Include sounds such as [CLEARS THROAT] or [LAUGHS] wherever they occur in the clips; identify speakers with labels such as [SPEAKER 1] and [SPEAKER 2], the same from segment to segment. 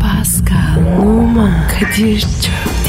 [SPEAKER 1] Pascal, Oman, Kadir çok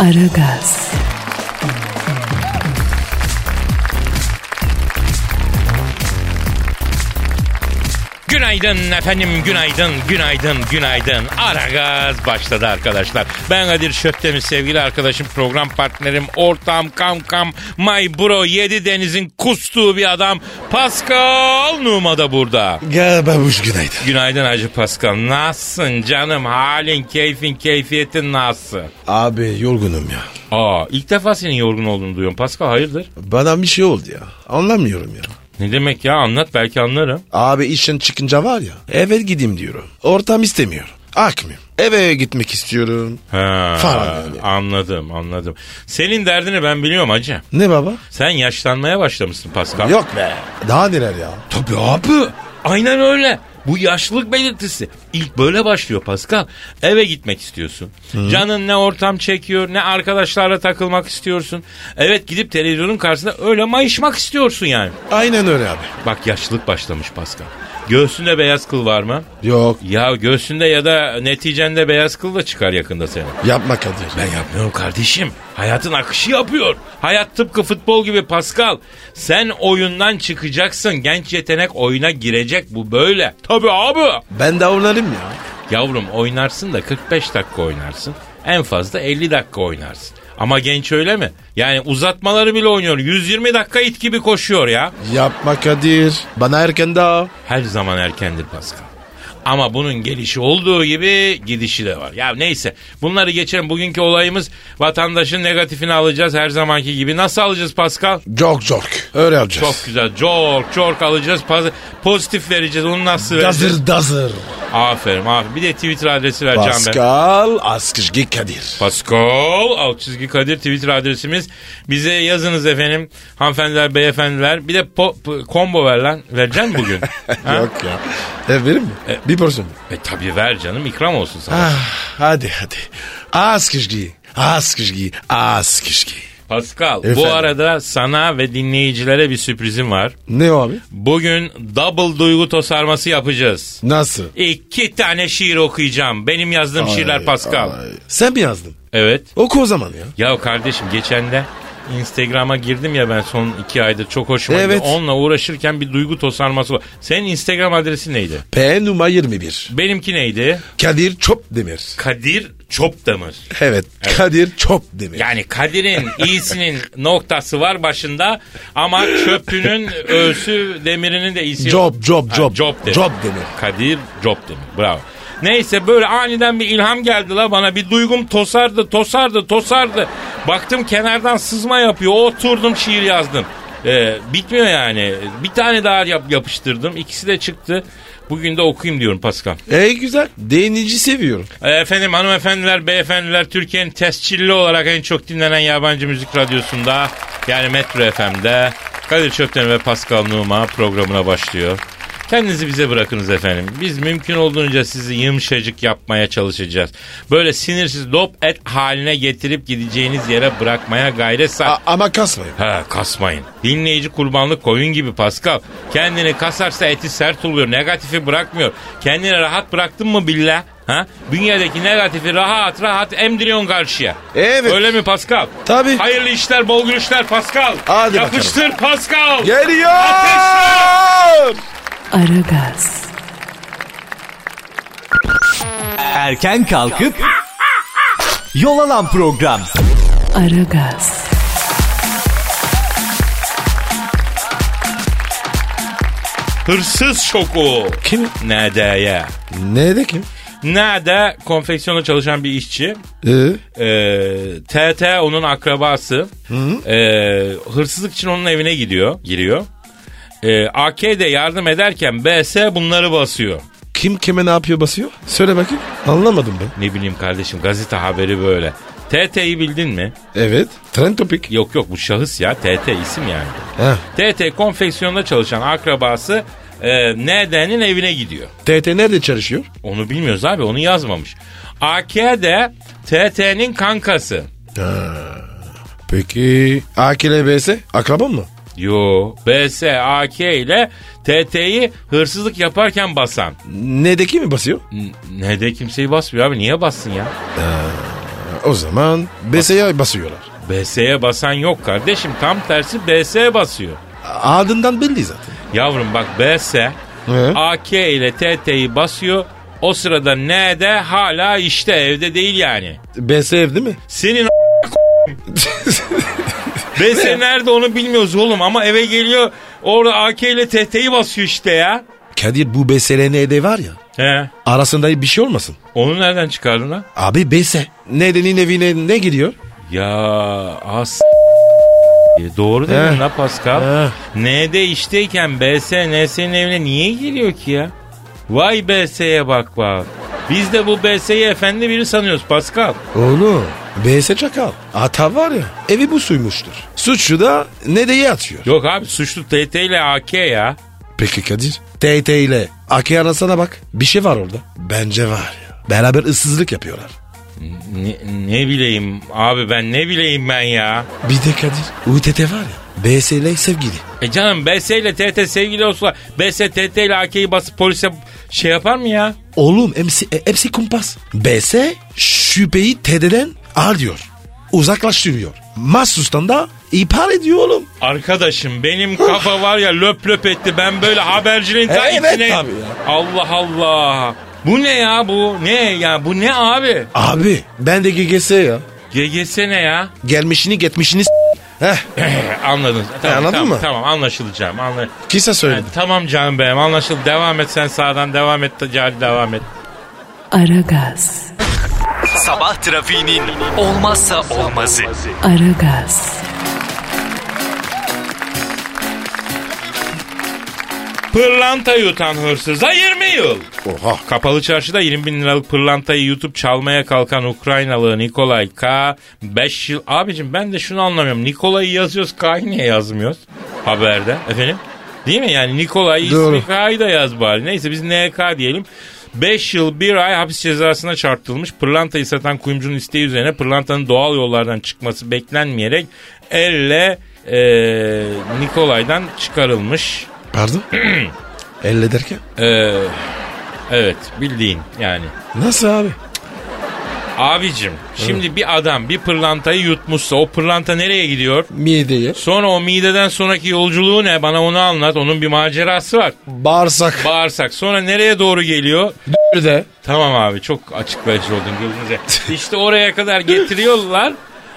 [SPEAKER 1] Aragaz,
[SPEAKER 2] Günaydın efendim, günaydın, günaydın, günaydın. Ara gaz başladı arkadaşlar. Ben Kadir Şöptemir, sevgili arkadaşım, program partnerim, ortağım, kam kam, my bro, yedi denizin kustuğu bir adam. Pascal Numa da burada.
[SPEAKER 3] Gel babuş günaydın.
[SPEAKER 2] Günaydın Hacı Pascal. Nasılsın canım? Halin, keyfin, keyfiyetin nasıl?
[SPEAKER 3] Abi yorgunum ya.
[SPEAKER 2] Aa, ilk defa senin yorgun olduğunu duyuyorum. Pascal hayırdır?
[SPEAKER 3] Bana bir şey oldu ya. Anlamıyorum ya.
[SPEAKER 2] Ne demek ya? Anlat belki anlarım.
[SPEAKER 3] Abi işten çıkınca var ya. Eve gideyim diyorum. Ortam istemiyor. Akmıyorum. Eve gitmek istiyorum.
[SPEAKER 2] Ha,
[SPEAKER 3] Falan yani.
[SPEAKER 2] Anladım, anladım. Senin derdini ben biliyorum hacı.
[SPEAKER 3] Ne baba?
[SPEAKER 2] Sen yaşlanmaya başlamışsın Pascal.
[SPEAKER 3] Yok be. Daha neler ya?
[SPEAKER 2] Tabii abi. Aynen öyle. Bu yaşlılık belirtisi. İlk böyle başlıyor Pascal. Eve gitmek istiyorsun. Canın ne ortam çekiyor ne arkadaşlarla takılmak istiyorsun. Evet gidip televizyonun karşısında öyle mayışmak istiyorsun yani.
[SPEAKER 3] Aynen öyle abi.
[SPEAKER 2] Bak yaşlılık başlamış Pascal. Göğsünde beyaz kıl var mı?
[SPEAKER 3] Yok.
[SPEAKER 2] Ya göğsünde ya da neticende beyaz kıl da çıkar yakında senin.
[SPEAKER 3] Yapma Kadir.
[SPEAKER 2] Ben yapmıyorum kardeşim. Hayatın akışı yapıyor. Hayat tıpkı futbol gibi Pascal. Sen oyundan çıkacaksın. Genç yetenek oyuna girecek. Bu böyle. Tabii abi.
[SPEAKER 3] Ben de oynarım ya.
[SPEAKER 2] Yavrum oynarsın da 45 dakika oynarsın. En fazla 50 dakika oynarsın. Ama genç öyle mi? Yani uzatmaları bile oynuyor. 120 dakika it gibi koşuyor ya.
[SPEAKER 3] Yapma Kadir. Bana erken daha.
[SPEAKER 2] Her zaman erkendir Pascal. Ama bunun gelişi olduğu gibi gidişi de var. Ya neyse bunları geçelim. Bugünkü olayımız vatandaşın negatifini alacağız her zamanki gibi. Nasıl alacağız Pascal?
[SPEAKER 3] Çok çok. Öyle yapacağız.
[SPEAKER 2] Çok güzel. Çok çok alacağız. Paz- Pozitif vereceğiz. Onu nasıl vereceğiz?
[SPEAKER 3] Dazır dazır.
[SPEAKER 2] Aferin aferin. Bir de Twitter adresi vereceğim ben.
[SPEAKER 3] Pascal Askışgi Kadir.
[SPEAKER 2] Pascal alt çizgi Kadir Twitter adresimiz. Bize yazınız efendim. Hanımefendiler, beyefendiler. Bir de po- po- combo ver lan. Vereceksin mi bugün? Ha?
[SPEAKER 3] Yok ya. E verir mi? bir porsiyon.
[SPEAKER 2] E tabii ver canım. ikram olsun sana.
[SPEAKER 3] Ah, hadi hadi. Askışgi. Askışgi. Askışgi.
[SPEAKER 2] Pascal
[SPEAKER 3] Efendim?
[SPEAKER 2] bu arada sana ve dinleyicilere bir sürprizim var.
[SPEAKER 3] Ne o abi?
[SPEAKER 2] Bugün double duygu tosarması yapacağız.
[SPEAKER 3] Nasıl?
[SPEAKER 2] İki tane şiir okuyacağım. Benim yazdığım şiirler
[SPEAKER 3] Ay,
[SPEAKER 2] Pascal.
[SPEAKER 3] ay. Sen mi yazdın?
[SPEAKER 2] Evet.
[SPEAKER 3] Oku o zaman ya.
[SPEAKER 2] Ya kardeşim geçen de Instagram'a girdim ya ben son iki aydır çok hoşuma gitti.
[SPEAKER 3] Evet.
[SPEAKER 2] Onunla uğraşırken bir duygu tosarması var. Senin Instagram adresi neydi?
[SPEAKER 3] P numara 21.
[SPEAKER 2] Benimki neydi?
[SPEAKER 3] Kadir Çopdemir.
[SPEAKER 2] Kadir Çopdemir.
[SPEAKER 3] Evet, Kadir Çopdemir.
[SPEAKER 2] Yani Kadir'in iyisinin noktası var başında ama çöpünün öğüsü demirinin de iyisi yok.
[SPEAKER 3] Job, job,
[SPEAKER 2] Ha,
[SPEAKER 3] job.
[SPEAKER 2] job demir.
[SPEAKER 3] Job demir.
[SPEAKER 2] Kadir job demir. Bravo. Neyse böyle aniden bir ilham geldi la bana. Bir duygum tosardı, tosardı, tosardı. Baktım kenardan sızma yapıyor. Oturdum şiir yazdım. Ee, bitmiyor yani. Bir tane daha yap- yapıştırdım. İkisi de çıktı. Bugün de okuyayım diyorum Pascal.
[SPEAKER 3] Ey güzel. Değinici seviyorum.
[SPEAKER 2] Ee, Efendim hanımefendiler, beyefendiler Türkiye'nin tescilli olarak en çok dinlenen yabancı müzik radyosunda yani Metro FM'de Kadir Çöpten ve Pascal Numa programına başlıyor. Kendinizi bize bırakınız efendim. Biz mümkün olduğunca sizi yumuşacık yapmaya çalışacağız. Böyle sinirsiz dop et haline getirip gideceğiniz yere bırakmaya gayret sarf...
[SPEAKER 3] A- ama kasmayın.
[SPEAKER 2] Ha kasmayın. Dinleyici kurbanlık koyun gibi Pascal. Kendini kasarsa eti sert oluyor. Negatifi bırakmıyor. Kendini rahat bıraktın mı billah? Ha? Dünyadaki negatifi rahat rahat emdiriyorsun karşıya.
[SPEAKER 3] Evet.
[SPEAKER 2] Öyle mi Pascal?
[SPEAKER 3] Tabii.
[SPEAKER 2] Hayırlı işler, bol gülüşler Pascal.
[SPEAKER 3] Hadi bakalım.
[SPEAKER 2] Yapıştır Pascal.
[SPEAKER 3] Geliyor.
[SPEAKER 1] Aragaz,
[SPEAKER 4] Erken kalkıp yol alan program.
[SPEAKER 1] Aragaz,
[SPEAKER 2] Hırsız şoku.
[SPEAKER 3] Kim?
[SPEAKER 2] Nada'ya.
[SPEAKER 3] Nerede kim?
[SPEAKER 2] Nada konfeksiyona çalışan bir işçi.
[SPEAKER 3] Ee,
[SPEAKER 2] Ee, TT onun akrabası. Ee, hırsızlık için onun evine gidiyor, giriyor. Ee, AK de yardım ederken BS bunları basıyor.
[SPEAKER 3] Kim kime ne yapıyor basıyor? Söyle bakayım. Anlamadım ben.
[SPEAKER 2] Ne bileyim kardeşim gazete haberi böyle. TT'yi bildin mi?
[SPEAKER 3] Evet. Trend topik.
[SPEAKER 2] Yok yok bu şahıs ya TT isim yani.
[SPEAKER 3] Heh.
[SPEAKER 2] TT konfeksiyonda çalışan akrabası e, ND'nin evine gidiyor.
[SPEAKER 3] TT nerede çalışıyor?
[SPEAKER 2] Onu bilmiyoruz abi onu yazmamış. AK de TT'nin kankası.
[SPEAKER 3] Peki AKLBS akraba mı?
[SPEAKER 2] Yo BS AK ile TT'yi hırsızlık yaparken basan.
[SPEAKER 3] Nedeki mi basıyor?
[SPEAKER 2] N- Ne de kimseyi basmıyor abi niye bassın ya?
[SPEAKER 3] O zaman BS'ye basıyorlar.
[SPEAKER 2] BS'ye basan yok kardeşim tam tersi BS'ye basıyor.
[SPEAKER 3] Adından belli zaten.
[SPEAKER 2] Yavrum bak BS
[SPEAKER 3] Ee?
[SPEAKER 2] AK ile TT'yi basıyor. O sırada ne de hala işte evde değil yani.
[SPEAKER 3] BS ev değil mi?
[SPEAKER 2] Senin BS nerede onu bilmiyoruz oğlum ama eve geliyor orada AK ile TT'yi basıyor işte ya.
[SPEAKER 3] Kadir bu BSLN'de var ya
[SPEAKER 2] He.
[SPEAKER 3] arasında bir şey olmasın.
[SPEAKER 2] Onu nereden çıkardın lan?
[SPEAKER 3] Abi BS. Nedenin evine ne gidiyor?
[SPEAKER 2] Ya as E, Doğru dedin
[SPEAKER 3] He.
[SPEAKER 2] la Pascal.
[SPEAKER 3] He.
[SPEAKER 2] N'de işteyken BS NS'nin evine niye giriyor ki ya? Vay BS'ye bak bak. Biz de bu BS'yi efendi biri sanıyoruz Pascal.
[SPEAKER 3] Oğlum BS çakal. Ata var ya evi bu suymuştur. Suçu da Nede'ye atıyor.
[SPEAKER 2] Yok abi suçlu TT ile AK ya.
[SPEAKER 3] Peki Kadir. TT ile AK arasına bak. Bir şey var orada. Bence var ya. Beraber ıssızlık yapıyorlar.
[SPEAKER 2] Ne, ne bileyim abi ben ne bileyim ben ya.
[SPEAKER 3] Bir de Kadir. UTT var ya. BS ile sevgili.
[SPEAKER 2] E canım BS ile TT sevgili olsa BS TT ile AK'yi basıp polise şey yapar mı ya?
[SPEAKER 3] Oğlum hepsi, e, hepsi kumpas. BS şüpheyi TD'den ar diyor. Uzaklaştırıyor. Mahsustan da ihbar ediyor oğlum.
[SPEAKER 2] Arkadaşım benim kafa var ya löp löp etti. Ben böyle habercinin ta
[SPEAKER 3] Evet
[SPEAKER 2] içine-
[SPEAKER 3] tabii ya.
[SPEAKER 2] Allah Allah. Bu ne ya bu? Ne ya bu ne abi?
[SPEAKER 3] Abi ben de GGS ya.
[SPEAKER 2] GGS ne ya? [LAUGHS]
[SPEAKER 3] Gelmişini getmişini s- Heh,
[SPEAKER 2] Anladın. Tamam,
[SPEAKER 3] E, anladın
[SPEAKER 2] tamam,
[SPEAKER 3] mı?
[SPEAKER 2] Tamam anlaşılacağım. Anla...
[SPEAKER 3] kısa
[SPEAKER 2] Yani
[SPEAKER 3] söyledim.
[SPEAKER 2] tamam canım benim anlaşıldı. Devam et sen sağdan devam et. Cari devam et.
[SPEAKER 1] Aragaz.
[SPEAKER 4] Sabah trafiğinin olmazsa olmazı.
[SPEAKER 1] Aragaz.
[SPEAKER 2] Pırlanta yutan hırsıza 20 yıl.
[SPEAKER 3] Oha.
[SPEAKER 2] Kapalı çarşıda 20 bin liralık pırlantayı yutup çalmaya kalkan Ukraynalı Nikolay K. 5 yıl... Abicim ben de şunu anlamıyorum. Nikolay'ı yazıyoruz K'yı niye yazmıyoruz haberde? Efendim? Değil mi? Yani Nikolay ismi
[SPEAKER 3] Doğru.
[SPEAKER 2] K'yı da yaz bari. Neyse biz NK diyelim. 5 yıl 1 ay hapis cezasına çarptırılmış pırlantayı satan kuyumcunun isteği üzerine pırlantanın doğal yollardan çıkması beklenmeyerek elle eee, Nikolay'dan çıkarılmış.
[SPEAKER 3] [CLEARS THROAT] Pardon? Elle derken?
[SPEAKER 2] Eee, Ee, evet bildiğin yani.
[SPEAKER 3] Nasıl abi?
[SPEAKER 2] Abicim şimdi bir adam bir pırlantayı yutmuşsa o pırlanta nereye gidiyor?
[SPEAKER 3] Mideye.
[SPEAKER 2] Sonra o mideden sonraki yolculuğu ne? Bana onu anlat. Onun bir macerası var.
[SPEAKER 3] Bağırsak.
[SPEAKER 2] Bağırsak. Sonra nereye doğru geliyor?
[SPEAKER 3] de.
[SPEAKER 2] Tamam abi çok açıklayıcı oldun gözünüze. İşte oraya kadar getiriyorlar.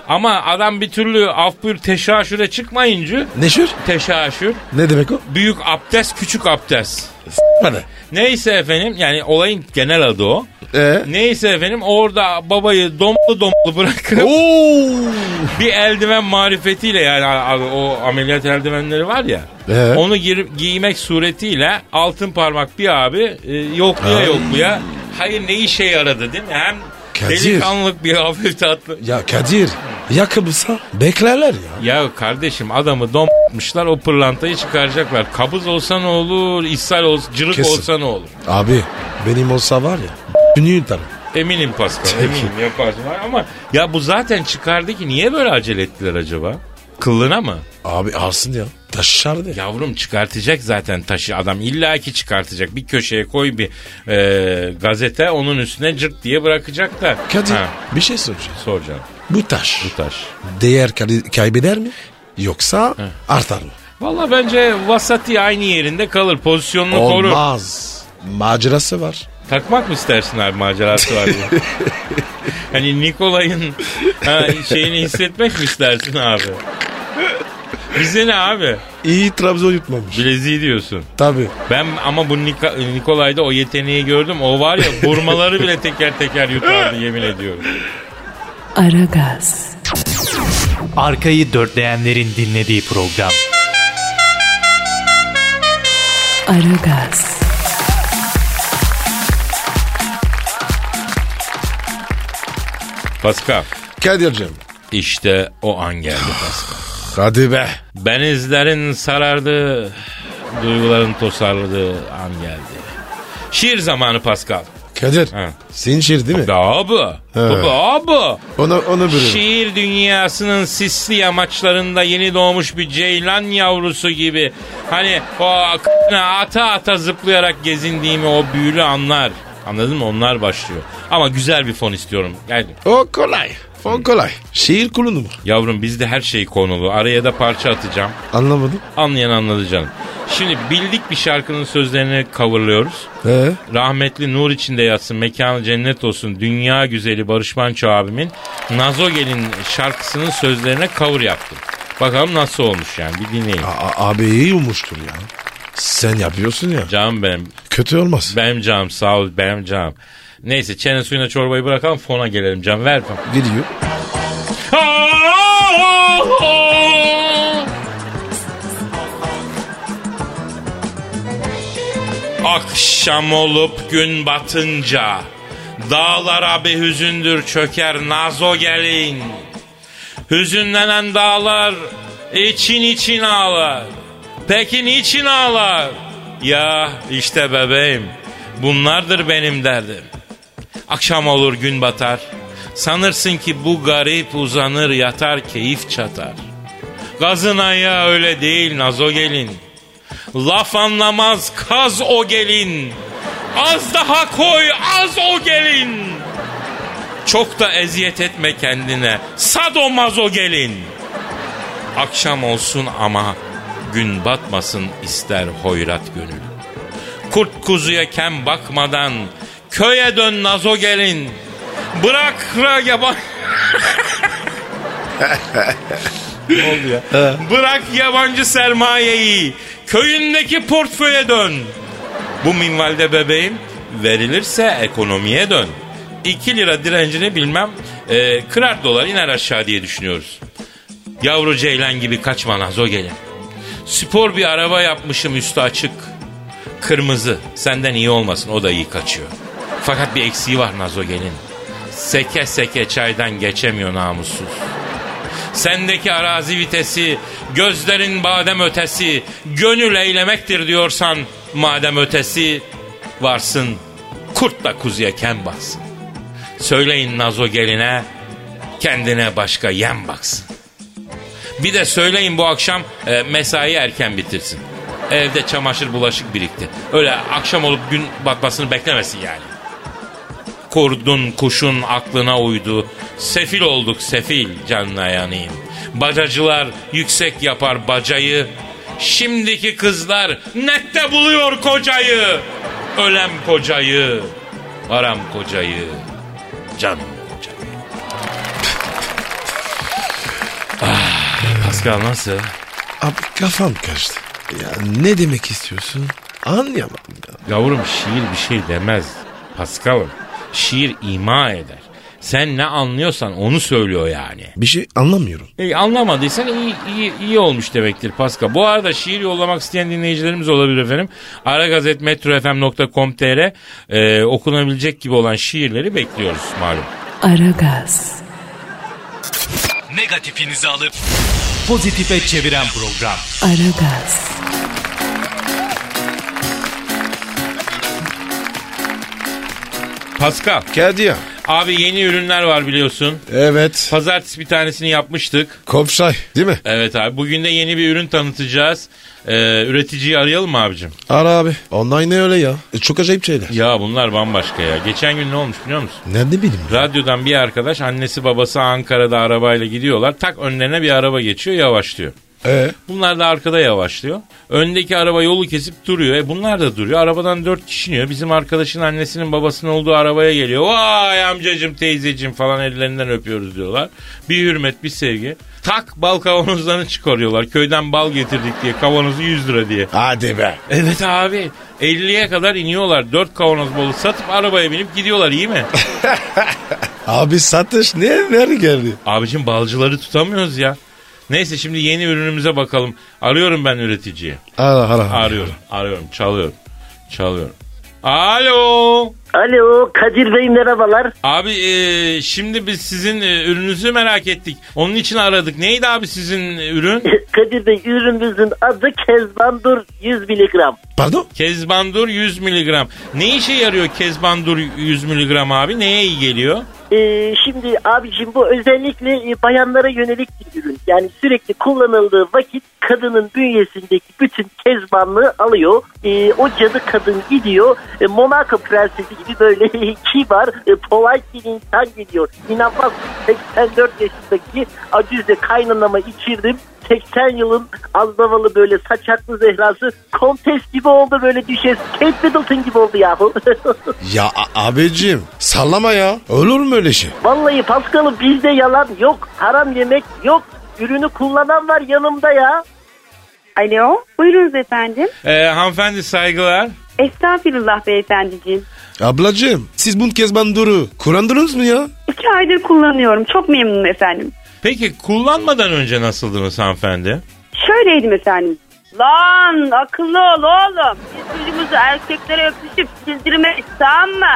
[SPEAKER 2] Ama adam bir türlü af buyur teşaşüre çıkmayınca
[SPEAKER 3] Neşir?
[SPEAKER 2] teşaşür
[SPEAKER 3] Ne demek o?
[SPEAKER 2] büyük abdest küçük abdest.
[SPEAKER 3] Bana.
[SPEAKER 2] Neyse efendim yani olayın genel adı o.
[SPEAKER 3] Ee?
[SPEAKER 2] Neyse efendim orada babayı domlu domlu bırakıp
[SPEAKER 3] Oo.
[SPEAKER 2] bir eldiven marifetiyle yani a- a- o ameliyat eldivenleri var ya.
[SPEAKER 3] Ee?
[SPEAKER 2] Onu gir- giymek suretiyle altın parmak bir abi e, yokluya
[SPEAKER 3] Ay.
[SPEAKER 2] yokluya. Hayır ne işe yaradı değil mi? Hem
[SPEAKER 3] Kadir.
[SPEAKER 2] delikanlılık bir hafif tatlı.
[SPEAKER 3] Ya Kadir yakıbısa beklerler ya.
[SPEAKER 2] Ya kardeşim adamı domutmuşlar o pırlantayı çıkaracaklar. Kabız olsa ne olur, ishal olsa, cırık
[SPEAKER 3] Kesin.
[SPEAKER 2] olsa ne olur?
[SPEAKER 3] Abi benim olsa var ya. Günü yutarım.
[SPEAKER 2] Eminim Pascal eminim yaparsın. Ama ya bu zaten çıkardı ki niye böyle acele ettiler acaba? Kıllına mı?
[SPEAKER 3] Abi alsın ya. Taşar de.
[SPEAKER 2] Yavrum çıkartacak zaten taşı adam illaki çıkartacak. Bir köşeye koy bir e, gazete onun üstüne cırt diye bırakacaklar.
[SPEAKER 3] Kadir
[SPEAKER 2] Ha,
[SPEAKER 3] bir şey soracağım.
[SPEAKER 2] soracağım
[SPEAKER 3] Bu taş
[SPEAKER 2] bu taş.
[SPEAKER 3] değer kay- kaybeder mi? Yoksa artar mı?
[SPEAKER 2] Valla bence vasati aynı yerinde kalır pozisyonunu korur.
[SPEAKER 3] Olmaz. Macerası var.
[SPEAKER 2] Takmak mı istersin abi
[SPEAKER 3] [LAUGHS]
[SPEAKER 2] macerası var diye. hani Nikolay'ın ha, şeyini hissetmek mi istersin abi? Bize ne abi?
[SPEAKER 3] İyi Trabzon yutmamış.
[SPEAKER 2] Bileziği diyorsun.
[SPEAKER 3] Tabii.
[SPEAKER 2] Ben ama bu Nika- Nikolay'da o yeteneği gördüm. O var ya burmaları bile teker teker yutardı yemin ediyorum.
[SPEAKER 1] Aragaz.
[SPEAKER 4] Arkayı dörtleyenlerin dinlediği program.
[SPEAKER 1] Aragaz.
[SPEAKER 2] Pascal
[SPEAKER 3] Kadir'cim.
[SPEAKER 2] işte o an geldi Pascal.
[SPEAKER 3] Hadi be.
[SPEAKER 2] Benizlerin sarardı, duyguların tosarladığı an geldi. Şiir zamanı Pascal.
[SPEAKER 3] Kadir.
[SPEAKER 2] Ha.
[SPEAKER 3] Senin şiir değil mi?
[SPEAKER 2] Be abi, be abi.
[SPEAKER 3] Onu, onu bilirim.
[SPEAKER 2] Şiir dünyasının sisli yamaçlarında yeni doğmuş bir ceylan yavrusu gibi. Hani o a- ata ata zıplayarak gezindiğimi o büyülü anlar. Anladın mı? Onlar başlıyor. Ama güzel bir fon istiyorum. Gel.
[SPEAKER 3] O kolay. O kolay. Şiir kulunu mu?
[SPEAKER 2] Yavrum bizde her şey konulu. Araya da parça atacağım.
[SPEAKER 3] Anlamadım.
[SPEAKER 2] Anlayan anladı canım. Şimdi bildik bir şarkının sözlerini coverlıyoruz.
[SPEAKER 3] Ee?
[SPEAKER 2] Rahmetli nur içinde yatsın, mekanı cennet olsun. Dünya güzeli Barış Manço abimin Nazo Gel'in şarkısının sözlerine cover yaptım. Bakalım nasıl olmuş yani bir dinleyin.
[SPEAKER 3] A- abi iyi olmuştur ya. Sen yapıyorsun ya.
[SPEAKER 2] Canım benim,
[SPEAKER 3] Kötü olmaz.
[SPEAKER 2] benim canım sağ ol benim canım. Neyse çene suyuna çorbayı bırakalım fona gelelim canım ver. fon.
[SPEAKER 3] Gidiyor.
[SPEAKER 2] [LAUGHS] Akşam olup gün batınca Dağlara bir hüzündür çöker nazo gelin Hüzünlenen dağlar için için ağlar Peki niçin ağlar? Ya işte bebeğim bunlardır benim derdim Akşam olur gün batar. Sanırsın ki bu garip uzanır yatar keyif çatar. Gazın ayağı öyle değil nazo gelin. Laf anlamaz kaz o gelin. Az daha koy az o gelin. Çok da eziyet etme kendine. Sadomazo gelin. Akşam olsun ama gün batmasın ister hoyrat gönül. Kurt kuzuya kem bakmadan köye dön nazo gelin. Bırak ra yaban... Bırak yabancı sermayeyi. Köyündeki portföye dön. Bu minvalde bebeğim verilirse ekonomiye dön. 2 lira direncini bilmem e, kırar dolar iner aşağı diye düşünüyoruz. Yavru ceylan gibi kaçma nazo gelin. Spor bir araba yapmışım üstü açık. Kırmızı. Senden iyi olmasın o da iyi kaçıyor. Fakat bir eksiği var Nazo gelin. Seke seke çaydan geçemiyor namussuz. Sendeki arazi vitesi, gözlerin badem ötesi, gönül eylemektir diyorsan madem ötesi varsın. Kurtla kuzuya kem baksın. Söyleyin Nazo geline kendine başka yem baksın. Bir de söyleyin bu akşam e, mesai erken bitirsin. Evde çamaşır bulaşık birikti. Öyle akşam olup gün batmasını beklemesin yani. Kurdun kuşun aklına uydu. Sefil olduk sefil canına yanayım. Bacacılar yüksek yapar bacayı. Şimdiki kızlar nette buluyor kocayı. Ölem kocayı. Aram kocayı. Canım kocayı. Pascal nasıl?
[SPEAKER 3] Abi kafam kaçtı. Ya ne demek istiyorsun? Anlayamadım ya.
[SPEAKER 2] Yavrum şiir bir şey demez Pascal'ım. Şiir ima eder. Sen ne anlıyorsan onu söylüyor yani.
[SPEAKER 3] Bir şey anlamıyorum.
[SPEAKER 2] E, anlamadıysan iyi, iyi, iyi olmuş demektir Pascal. Bu arada şiir yollamak isteyen dinleyicilerimiz olabilir efendim. aragazetmetrofm.com.tr e, okunabilecek gibi olan şiirleri bekliyoruz malum.
[SPEAKER 1] Aragaz,
[SPEAKER 4] Negatifinizi alıp pozitife çeviren program.
[SPEAKER 1] Aragaz,
[SPEAKER 2] Pascal
[SPEAKER 3] Kadir.
[SPEAKER 2] abi yeni ürünler var biliyorsun.
[SPEAKER 3] Evet.
[SPEAKER 2] Pazartesi bir tanesini yapmıştık.
[SPEAKER 3] Kopşay değil mi?
[SPEAKER 2] Evet abi bugün de yeni bir ürün tanıtacağız. E, üreticiyi arayalım mı abicim?
[SPEAKER 3] Ara abi. Online ne öyle ya? E, çok acayip şeyler.
[SPEAKER 2] Ya bunlar bambaşka ya. Geçen gün ne olmuş biliyor musun?
[SPEAKER 3] Nerede bileyim?
[SPEAKER 2] Radyodan bir arkadaş annesi babası Ankara'da arabayla gidiyorlar. Tak önlerine bir araba geçiyor yavaşlıyor.
[SPEAKER 3] Ee?
[SPEAKER 2] Bunlar da arkada yavaşlıyor. Öndeki araba yolu kesip duruyor. E bunlar da duruyor. Arabadan dört kişi iniyor. Bizim arkadaşın annesinin babasının olduğu arabaya geliyor. Vay amcacım teyzeciğim falan ellerinden öpüyoruz diyorlar. Bir hürmet bir sevgi. Tak bal kavanozlarını çıkarıyorlar. Köyden bal getirdik diye kavanozu 100 lira diye.
[SPEAKER 3] Hadi be.
[SPEAKER 2] Evet abi. 50'ye kadar iniyorlar. 4 kavanoz balı satıp arabaya binip gidiyorlar iyi mi?
[SPEAKER 3] Abi satış ne nerede geldi?
[SPEAKER 2] Abicim balcıları tutamıyoruz ya. Neyse şimdi yeni ürünümüze bakalım. Arıyorum ben üreticiyi.
[SPEAKER 3] Ara ara.
[SPEAKER 2] Arıyorum, arıyorum, çalıyorum, çalıyorum. Alo.
[SPEAKER 5] Alo Kadir Bey merhabalar. [LAUGHS]
[SPEAKER 2] Abi e, şimdi biz sizin e, ürününüzü merak ettik. Onun için aradık. Neydi abi sizin e, ürün?
[SPEAKER 5] Kadir Bey ürünümüzün adı Kezbandur 100 miligram.
[SPEAKER 3] Pardon?
[SPEAKER 2] Kezbandur 100 miligram. Ne işe yarıyor Kezbandur 100 miligram abi? Neye iyi geliyor?
[SPEAKER 5] Ee, şimdi abicim bu özellikle e, bayanlara yönelik bir ürün. Yani sürekli kullanıldığı vakit kadının bünyesindeki bütün kezbanlığı alıyor. Ee, o cadı kadın gidiyor. E, Monaco prensesi gibi böyle [LAUGHS] kibar, e, polite bir insan gidiyor. İnanmaz 84 yaşındaki acize kaynanama içirdim. 80 yılın azdavalı böyle saçaklı zehrası kontes gibi oldu böyle düşes. Kate Middleton gibi oldu yahu. [LAUGHS]
[SPEAKER 3] Ya a- abicim sallama ya. Olur mu öyle şey?
[SPEAKER 5] Vallahi Paskal'ım bizde yalan yok. Haram yemek yok. Ürünü kullanan var yanımda ya.
[SPEAKER 6] Alo, buyurunuz efendim.
[SPEAKER 2] E, hanımefendi saygılar.
[SPEAKER 6] Estağfirullah beyefendiciğim.
[SPEAKER 3] Ablacım siz bunu Kezbandur'u kullandınız mı ya?
[SPEAKER 6] İki aydır kullanıyorum. Çok memnunum efendim.
[SPEAKER 2] Peki kullanmadan önce nasıldınız hanımefendi?
[SPEAKER 6] Şöyleydim efendim. Lan akıllı ol oğlum. Biz ucumuzu erkeklere öpüşüp sildirmeyiz tamam mı?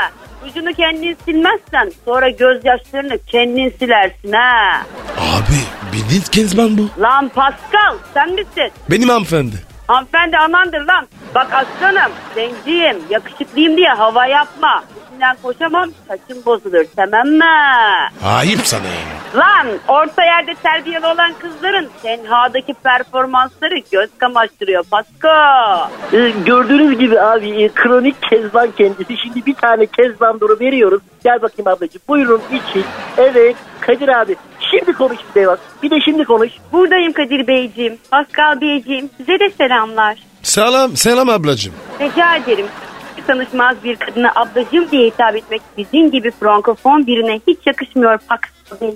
[SPEAKER 6] Ucunu kendin silmezsen sonra gözyaşlarını kendin silersin ha.
[SPEAKER 3] Abi bildiğin Kezban bu.
[SPEAKER 6] Lan Pascal sen misin?
[SPEAKER 3] Benim hanımefendi.
[SPEAKER 6] Hanımefendi anandır lan. Bak aslanım zenciyim yakışıklıyım diye hava yapma. İçinden koşamam saçım bozulur tamam mı?
[SPEAKER 3] Ayıp sana ya.
[SPEAKER 6] Lan orta yerde terbiyeli olan kızların tenhadaki performansları göz kamaştırıyor Pasko.
[SPEAKER 5] Ee, gördüğünüz gibi abi e, kronik kezban kendisi. Şimdi bir tane kezban duru veriyoruz. Gel bakayım ablacığım. Buyurun için. Evet Kadir abi. Şimdi konuş bir de bak. Bir de şimdi konuş.
[SPEAKER 6] Buradayım Kadir Beyciğim, Pascal Beyciğim. Size de selamlar.
[SPEAKER 3] Selam, selam ablacım.
[SPEAKER 6] Rica ederim. Tanışmaz bir kadına ablacığım diye hitap etmek sizin gibi frankofon birine hiç yakışmıyor Pascal Bey.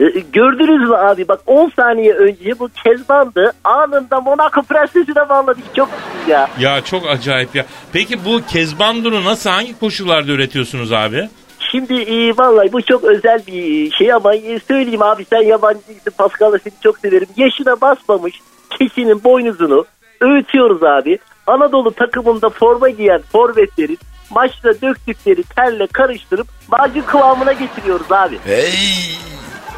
[SPEAKER 5] Ee, gördünüz mü abi bak 10 saniye önce bu kezbandı. Anında Monaco prensesine bağladık. Çok iyi ya.
[SPEAKER 2] Ya çok acayip ya. Peki bu Kezbandur'u nasıl hangi koşullarda üretiyorsunuz abi?
[SPEAKER 5] Şimdi e, vallahi bu çok özel bir şey ama e, söyleyeyim abi sen yabancı değilsin Pascal'la seni çok severim. Yaşına basmamış keçinin boynuzunu öğütüyoruz abi. Anadolu takımında forma giyen forvetleri maçta döktükleri terle karıştırıp macun kıvamına getiriyoruz abi.
[SPEAKER 3] Hey,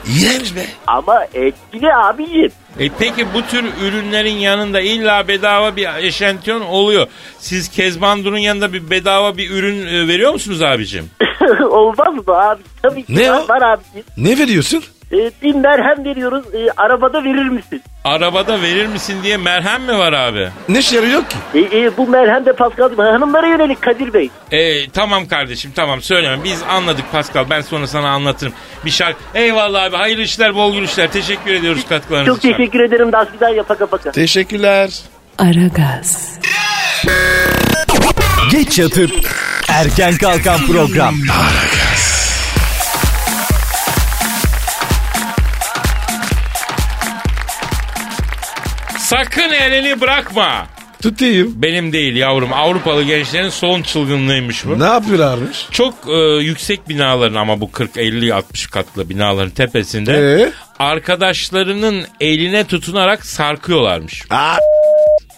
[SPEAKER 3] iğrenç be.
[SPEAKER 5] Ama etkili abicim.
[SPEAKER 2] E peki bu tür ürünlerin yanında illa bedava bir eşantiyon oluyor. Siz Kezbandur'un yanında bir bedava bir ürün e, veriyor musunuz abicim?
[SPEAKER 5] [LAUGHS] Olmaz mı abi? Tabii ki
[SPEAKER 3] Ne
[SPEAKER 5] var,
[SPEAKER 3] o?
[SPEAKER 5] var abicim.
[SPEAKER 3] Ne veriyorsun?
[SPEAKER 5] E, bir merhem veriyoruz. E, arabada verir misin?
[SPEAKER 2] Arabada verir misin diye merhem mi var abi?
[SPEAKER 3] Ne şey yok ki?
[SPEAKER 5] E, e, bu merhem de Pascal hanımlara yönelik Kadir Bey.
[SPEAKER 2] E, tamam kardeşim tamam söyleme biz anladık Pascal ben sonra sana anlatırım. Bir şarkı eyvallah abi hayırlı işler bol gülüşler teşekkür ediyoruz katkılarınız
[SPEAKER 5] Çok
[SPEAKER 2] için.
[SPEAKER 5] teşekkür ederim. Daha güzel yapaka baka.
[SPEAKER 3] Teşekkürler.
[SPEAKER 1] Aragaz,
[SPEAKER 4] Geç yatıp erken kalkan program.
[SPEAKER 2] Sakın elini bırakma.
[SPEAKER 3] Tutayım.
[SPEAKER 2] Benim değil yavrum Avrupalı gençlerin son çılgınlığıymış bu.
[SPEAKER 3] Ne yapıyorlarmış?
[SPEAKER 2] Çok e, yüksek binaların ama bu 40 50 60 katlı binaların tepesinde
[SPEAKER 3] Ee?
[SPEAKER 2] arkadaşlarının eline tutunarak sarkıyorlarmış.
[SPEAKER 3] Aa,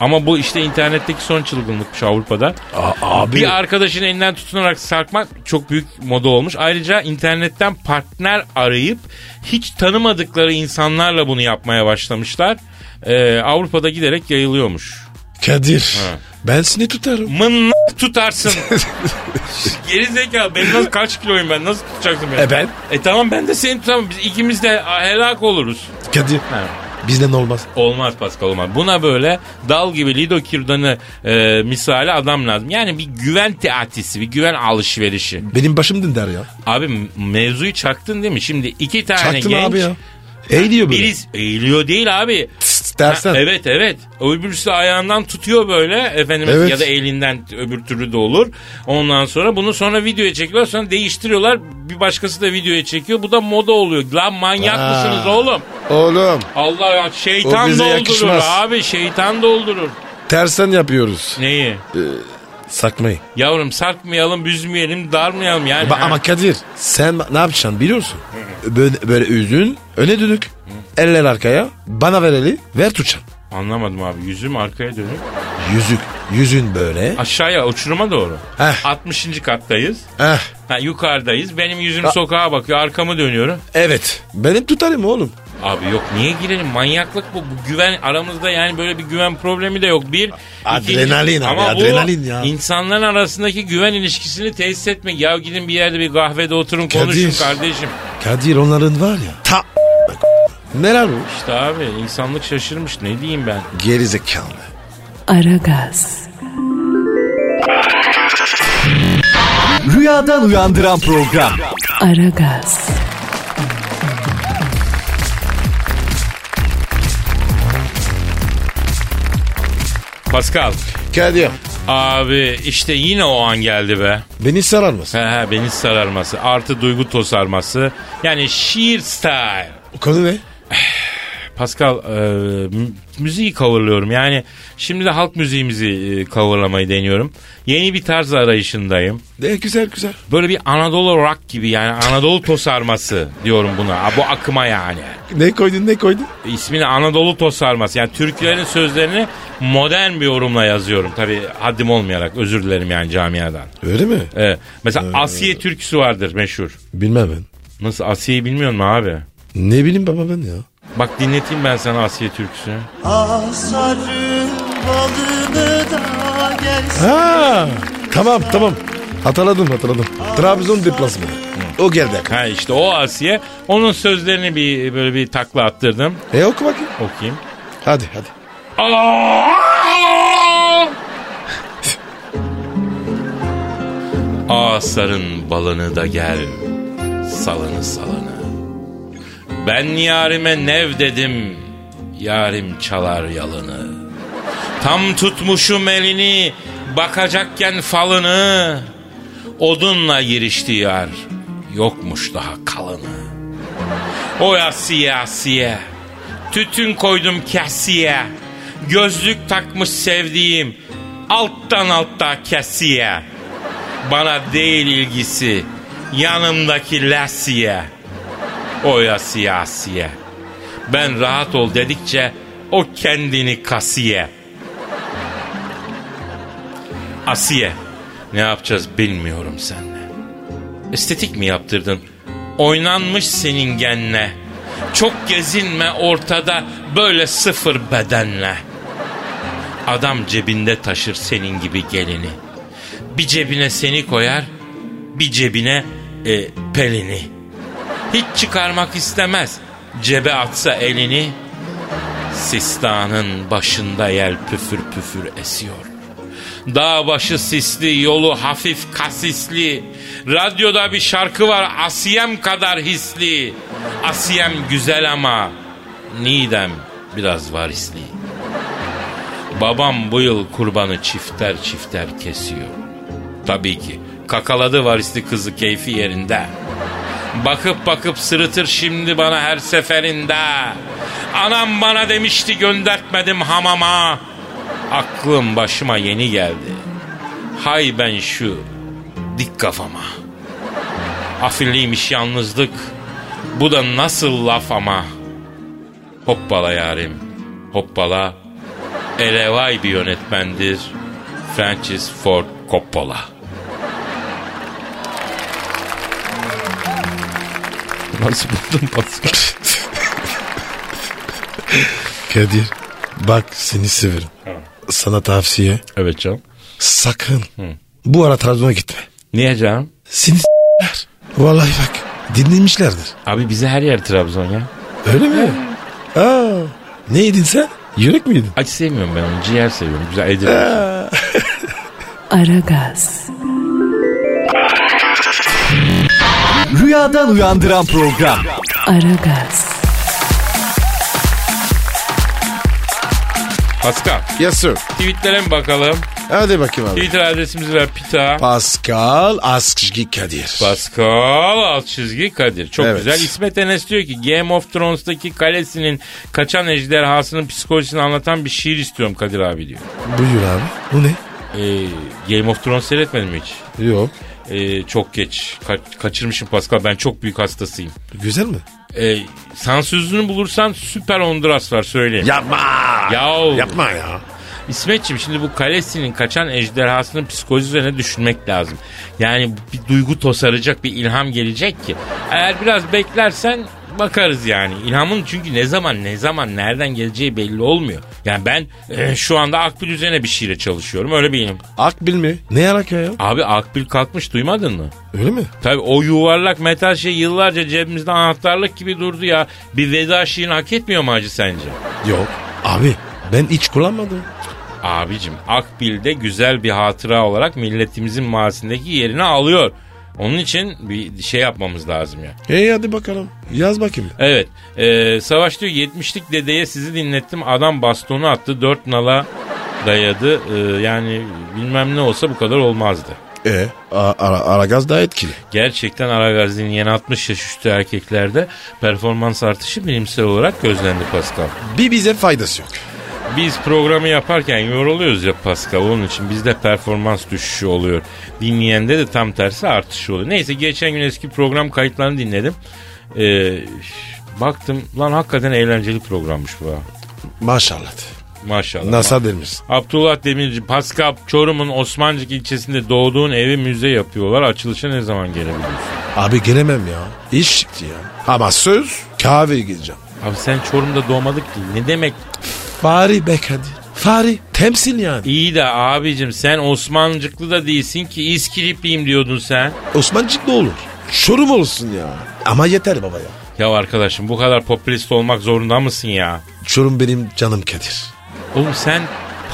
[SPEAKER 2] Ama bu işte internetteki son çılgınlıkmış Avrupa'da.
[SPEAKER 3] abi.
[SPEAKER 2] Bir arkadaşın elinden tutunarak sarkmak çok büyük moda olmuş. Ayrıca internetten partner arayıp hiç tanımadıkları insanlarla bunu yapmaya başlamışlar. E, Avrupa'da giderek yayılıyormuş.
[SPEAKER 3] Kadir. Ben seni tutarım. [LAUGHS]
[SPEAKER 2] Mınnak tutarsın. Geri zekalı. Ben nasıl kaç kiloyum ben? Nasıl tutacaksın beni?
[SPEAKER 3] E ben?
[SPEAKER 2] E tamam ben de seni tutamam. Biz ikimiz de helak oluruz.
[SPEAKER 3] Kadir.
[SPEAKER 2] Ha.
[SPEAKER 3] Bizden olmaz.
[SPEAKER 2] Olmaz Pascal olmaz. Buna böyle dal gibi Lido Kirdan'ı e, misali adam lazım. Yani bir güven teatisi, bir güven alışverişi.
[SPEAKER 3] Benim başım dindar ya.
[SPEAKER 2] Abi m- mevzuyu çaktın değil mi? Şimdi iki tane
[SPEAKER 3] Çaktın
[SPEAKER 2] genç.
[SPEAKER 3] abi ya. Ey diyor böyle.
[SPEAKER 2] Biriz eğiliyor değil abi.
[SPEAKER 3] Tıs,
[SPEAKER 2] Ha,
[SPEAKER 3] dersen.
[SPEAKER 2] evet evet. Öbürsü de ayağından tutuyor böyle efendim
[SPEAKER 3] Evet.
[SPEAKER 2] ya da elinden öbür türlü de olur. Ondan sonra bunu sonra videoya çekiyorlar sonra değiştiriyorlar. Bir başkası da videoya çekiyor. Bu da moda oluyor. Lan manyak
[SPEAKER 3] Aa.
[SPEAKER 2] mısınız oğlum?
[SPEAKER 3] Oğlum
[SPEAKER 2] Allah ya
[SPEAKER 3] O
[SPEAKER 2] şeytan
[SPEAKER 3] bize
[SPEAKER 2] doldurur
[SPEAKER 3] yakışmaz.
[SPEAKER 2] abi şeytan doldurur.
[SPEAKER 3] tersen yapıyoruz.
[SPEAKER 2] Neyi?
[SPEAKER 3] Sakmayın.
[SPEAKER 2] Yavrum sarkmayalım, büzmeyelim, darmayalım yani.
[SPEAKER 3] Ba- ama Kadir sen ne yapacaksın biliyor musun? Böyle, böyle üzün öne dönük. Eller arkaya. Bana ver eli. Ver tutacaksın.
[SPEAKER 2] Anlamadım abi yüzüm arkaya dönük.
[SPEAKER 3] Yüzük. Yüzün böyle.
[SPEAKER 2] Aşağıya uçuruma doğru.
[SPEAKER 3] Heh.
[SPEAKER 2] 60. kattayız.
[SPEAKER 3] Eh,
[SPEAKER 2] Ha, yukarıdayız. Benim yüzüm sokağa bakıyor. Arkamı dönüyorum.
[SPEAKER 3] evet. Benim tutarım oğlum.
[SPEAKER 2] Abi yok niye girelim? Manyaklık bu. bu güven aramızda yani böyle bir güven problemi de yok. Bir. ikinci-
[SPEAKER 3] Adrenalin abi,
[SPEAKER 2] Ama bu
[SPEAKER 3] adrenalin ya.
[SPEAKER 2] insanların arasındaki güven ilişkisini tesis etmek. Ya gidin bir yerde bir kahvede oturun konuşun
[SPEAKER 3] Kadir.
[SPEAKER 2] kardeşim.
[SPEAKER 3] Kadir onların var ya. Ta. Neler bu?
[SPEAKER 2] İşte abi insanlık şaşırmış. Ne diyeyim ben?
[SPEAKER 3] Gerizekalı.
[SPEAKER 1] Aragaz,
[SPEAKER 4] Rüyadan uyandıran program.
[SPEAKER 1] Aragaz,
[SPEAKER 2] Pascal.
[SPEAKER 3] Kadir.
[SPEAKER 2] Abi işte yine o an geldi be.
[SPEAKER 3] Beni sarar mısın?
[SPEAKER 2] He he beni sararması artı duygu tosarması. Yani şiir style.
[SPEAKER 3] Konu ne?
[SPEAKER 2] Pascal e, mü- müziği coverlıyorum. Yani şimdi de halk müziğimizi e, coverlamayı deniyorum. Yeni bir tarz arayışındayım.
[SPEAKER 3] De güzel güzel.
[SPEAKER 2] Böyle bir Anadolu rock gibi yani Anadolu tosarması [LAUGHS] diyorum buna. Ha, Bu akıma yani.
[SPEAKER 3] Ne koydun ne koydun?
[SPEAKER 2] İsmini Anadolu tosarması. Yani türkülerin sözlerini modern bir yorumla yazıyorum. Tabii haddim olmayarak özür dilerim yani camiadan.
[SPEAKER 3] Öyle mi?
[SPEAKER 2] Evet. Mesela Asiye türküsü vardır meşhur.
[SPEAKER 3] Bilmem ben.
[SPEAKER 2] Nasıl Asiye'yi bilmiyor musun abi?
[SPEAKER 3] Ne bileyim baba ben ya.
[SPEAKER 2] Bak dinleteyim ben sana Asiye türküsünü.
[SPEAKER 3] Ha, tamam tamam. Hatırladım hatırladım. Trabzon deplasmanı. O geldi.
[SPEAKER 2] Ha işte o Asiye. Onun sözlerini bir böyle bir takla attırdım.
[SPEAKER 3] E oku bakayım.
[SPEAKER 2] Okuyayım.
[SPEAKER 3] Hadi hadi.
[SPEAKER 2] Asarın balını da gel salını salını. Ben yarime nev dedim yarim çalar yalını. Tam tutmuşum elini bakacakken falını. Odunla girişti yar yokmuş daha kalını. Oy asiye asiye. Tütün koydum kesiye. Gözlük takmış sevdiğim. Alttan altta kesiye. Bana değil ilgisi. Yanımdaki lasiye. Oy asiye asiye. Ben rahat ol dedikçe o kendini kasiye. Asiye. Ne yapacağız bilmiyorum seninle. Estetik mi yaptırdın? Oynanmış senin genle. Çok gezinme ortada böyle sıfır bedenle. Adam cebinde taşır senin gibi gelini. Bir cebine seni koyar, bir cebine e, pelini. Hiç çıkarmak istemez. Cebe atsa elini. Sistanın başında yel püfür püfür esiyor. Dağ başı sisli, yolu hafif kasisli. Radyoda bir şarkı var Asiyem kadar hisli. Asiyem güzel ama Nidem biraz varisli. Babam bu yıl kurbanı çifter çifter kesiyor. Tabii ki kakaladı varisli kızı keyfi yerinde. Bakıp bakıp sırıtır şimdi bana her seferinde. Anam bana demişti göndertmedim hamama. Aklım başıma yeni geldi. Hay ben şu dik kafama. Afilliymiş yalnızlık. Bu da nasıl laf ama. Hoppala yarim. Hoppala. Elevay bir yönetmendir. Francis Ford Coppola. Nasıl buldun Pascal?
[SPEAKER 3] Kadir bak seni severim. Sana tavsiye
[SPEAKER 2] evet canım.
[SPEAKER 3] sakın bu ara Trabzon'a gitme.
[SPEAKER 2] Niye canım?
[SPEAKER 3] Seni s**ler. Vallahi bak dinlemişlerdir.
[SPEAKER 2] Abi bize her yer Trabzon ya.
[SPEAKER 3] Öyle mi? Aa, ne yedin sen? Yürek mi yedin?
[SPEAKER 2] Acı sevmiyorum ben onu. Ciğer seviyorum. Güzel Edirne.
[SPEAKER 1] Aragaz,
[SPEAKER 4] Rüyadan uyandıran program.
[SPEAKER 1] Aragaz,
[SPEAKER 2] Pascal.
[SPEAKER 3] Yes sir.
[SPEAKER 2] Tweetlere mi bakalım?
[SPEAKER 3] Hadi bakayım abi.
[SPEAKER 2] Twitter adresimiz ver pita.
[SPEAKER 3] Pascal Askışgi Kadir.
[SPEAKER 2] Pascal alt çizgi Kadir. Çok
[SPEAKER 3] Evet.
[SPEAKER 2] güzel. İsmet Enes diyor ki Game of Thrones'taki kalesinin kaçan ejderhasının psikolojisini anlatan bir şiir istiyorum Kadir abi diyor.
[SPEAKER 3] Buyur abi. Bu ne?
[SPEAKER 2] Ee, Game of Thrones seyretmedim mi hiç.
[SPEAKER 3] Yok.
[SPEAKER 2] Ee, çok geç. Ka- kaçırmışım Pascal. Ben çok büyük hastasıyım.
[SPEAKER 3] Güzel mi?
[SPEAKER 2] Ee, sansüzünü bulursan süper Honduras var söyleyeyim.
[SPEAKER 3] Yapma.
[SPEAKER 2] Yahu.
[SPEAKER 3] Yapma ya.
[SPEAKER 2] İsmetçim şimdi bu Kalesi'nin kaçan ejderhasının psikolojisi üzerine düşünmek lazım. Yani bir duygu tosaracak bir ilham gelecek ki. Eğer biraz beklersen bakarız yani. İlhamın çünkü ne zaman ne zaman nereden geleceği belli olmuyor. Yani ben e, şu anda Akbil üzerine bir şeyle çalışıyorum öyle bir ilham.
[SPEAKER 3] Akbil mi? Ne alaka ya?
[SPEAKER 2] Abi Akbil kalkmış duymadın mı?
[SPEAKER 3] Öyle mi?
[SPEAKER 2] Tabii o yuvarlak metal şey yıllarca cebimizde anahtarlık gibi durdu ya. Bir veda şiirini hak etmiyor mu acı sence?
[SPEAKER 3] Yok. Abi ben hiç kullanmadım.
[SPEAKER 2] Abicim Akbil'de güzel bir hatıra olarak milletimizin mahallesindeki yerini alıyor. Onun için bir şey yapmamız lazım ya.
[SPEAKER 3] E hadi bakalım. Yaz bakayım.
[SPEAKER 2] Evet. e, Savaş diyor 70'lik dedeye sizi dinlettim. Adam bastonu attı. Dört nala dayadı. E, yani bilmem ne olsa bu kadar olmazdı.
[SPEAKER 3] E a- ara, Aragaz daha etkili.
[SPEAKER 2] Gerçekten Aragazi'nin yeni 60 yaş üstü erkeklerde performans artışı bilimsel olarak gözlendi Pascal.
[SPEAKER 3] Bir bize faydası yok.
[SPEAKER 2] Biz programı yaparken yoruluyoruz ya Pascal. Onun için bizde performans düşüşü oluyor. Dinleyende de tam tersi artış oluyor. Neyse geçen gün eski program kayıtlarını dinledim. Ee, baktım lan hakikaten eğlenceli programmış bu. ha.
[SPEAKER 3] Maşallah.
[SPEAKER 2] Maşallah.
[SPEAKER 3] Nasıl demiş?
[SPEAKER 2] Abdullah Demirci, Pascal Çorum'un Osmancık ilçesinde doğduğun evi müze yapıyorlar. Açılışa ne zaman gelebiliyorsun?
[SPEAKER 3] Abi gelemem ya. İş çıktı ya. Ama söz kahve gideceğim.
[SPEAKER 2] Abi sen Çorum'da doğmadık ki. Ne demek
[SPEAKER 3] Fari be Kadir. Fari. Temsil yani.
[SPEAKER 2] İyi de abicim sen Osmancıklı da değilsin ki İskilipliyim diyordun sen.
[SPEAKER 3] Osmancık ne olur? Şorum olsun ya. Ama yeter baba ya.
[SPEAKER 2] Ya arkadaşım bu kadar popülist olmak zorunda mısın ya?
[SPEAKER 3] Çorum benim canım Kadir.
[SPEAKER 2] Oğlum sen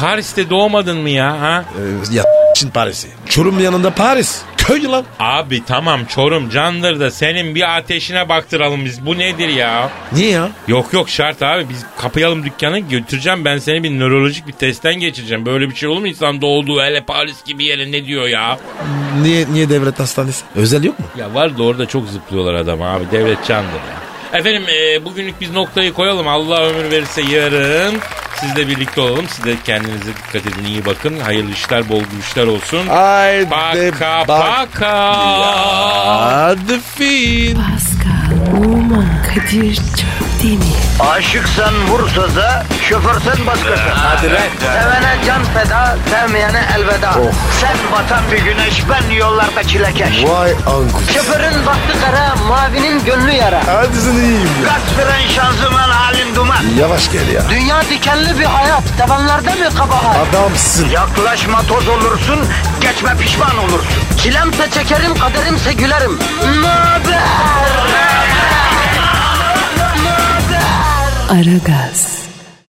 [SPEAKER 2] Paris'te doğmadın mı ya? Ha?
[SPEAKER 3] Ee, ya Çin Paris'i. Çorum yanında Paris. Köy lan.
[SPEAKER 2] Abi tamam Çorum candır da senin bir ateşine baktıralım biz. Bu nedir ya?
[SPEAKER 3] Niye ya?
[SPEAKER 2] Yok yok şart abi biz kapayalım dükkanı götüreceğim ben seni bir nörolojik bir testten geçireceğim. Böyle bir şey olur mu insan doğduğu hele Paris gibi yere ne diyor ya?
[SPEAKER 3] Niye niye devlet hastanesi? Özel yok mu?
[SPEAKER 2] Ya var da orada çok zıplıyorlar adam abi. Devlet candır ya. Efendim e, bugünlük biz noktayı koyalım. Allah ömür verirse yarın sizle birlikte olalım. Siz de kendinize dikkat edin. iyi bakın. Hayırlı işler, bol güçler olsun.
[SPEAKER 3] Haydi
[SPEAKER 2] Paka
[SPEAKER 3] bak-
[SPEAKER 2] paka.
[SPEAKER 3] Hadi fin.
[SPEAKER 1] Pascal, Oman, Kadir çok değil mi?
[SPEAKER 7] Aşıksan vursa da, şoförsen başkasın. Hadi lan. Oh. Sevene can feda, sevmeyene elveda. Sen batan bir güneş, ben yollarda çilekeş.
[SPEAKER 3] Vay anku.
[SPEAKER 7] Şoförün baktı kara, mavinin gönlü yara.
[SPEAKER 3] Hadi sen iyiyim ya.
[SPEAKER 7] Kasperen şanzıman halin duman.
[SPEAKER 3] Yavaş gel ya.
[SPEAKER 7] Dünya dikenli bir hayat, sevenlerde mi kabahar?
[SPEAKER 3] Adamsın.
[SPEAKER 7] Yaklaşma toz olursun, geçme pişman olursun. Çilemse çekerim, kaderimse gülerim. Möber!
[SPEAKER 1] Aragaz.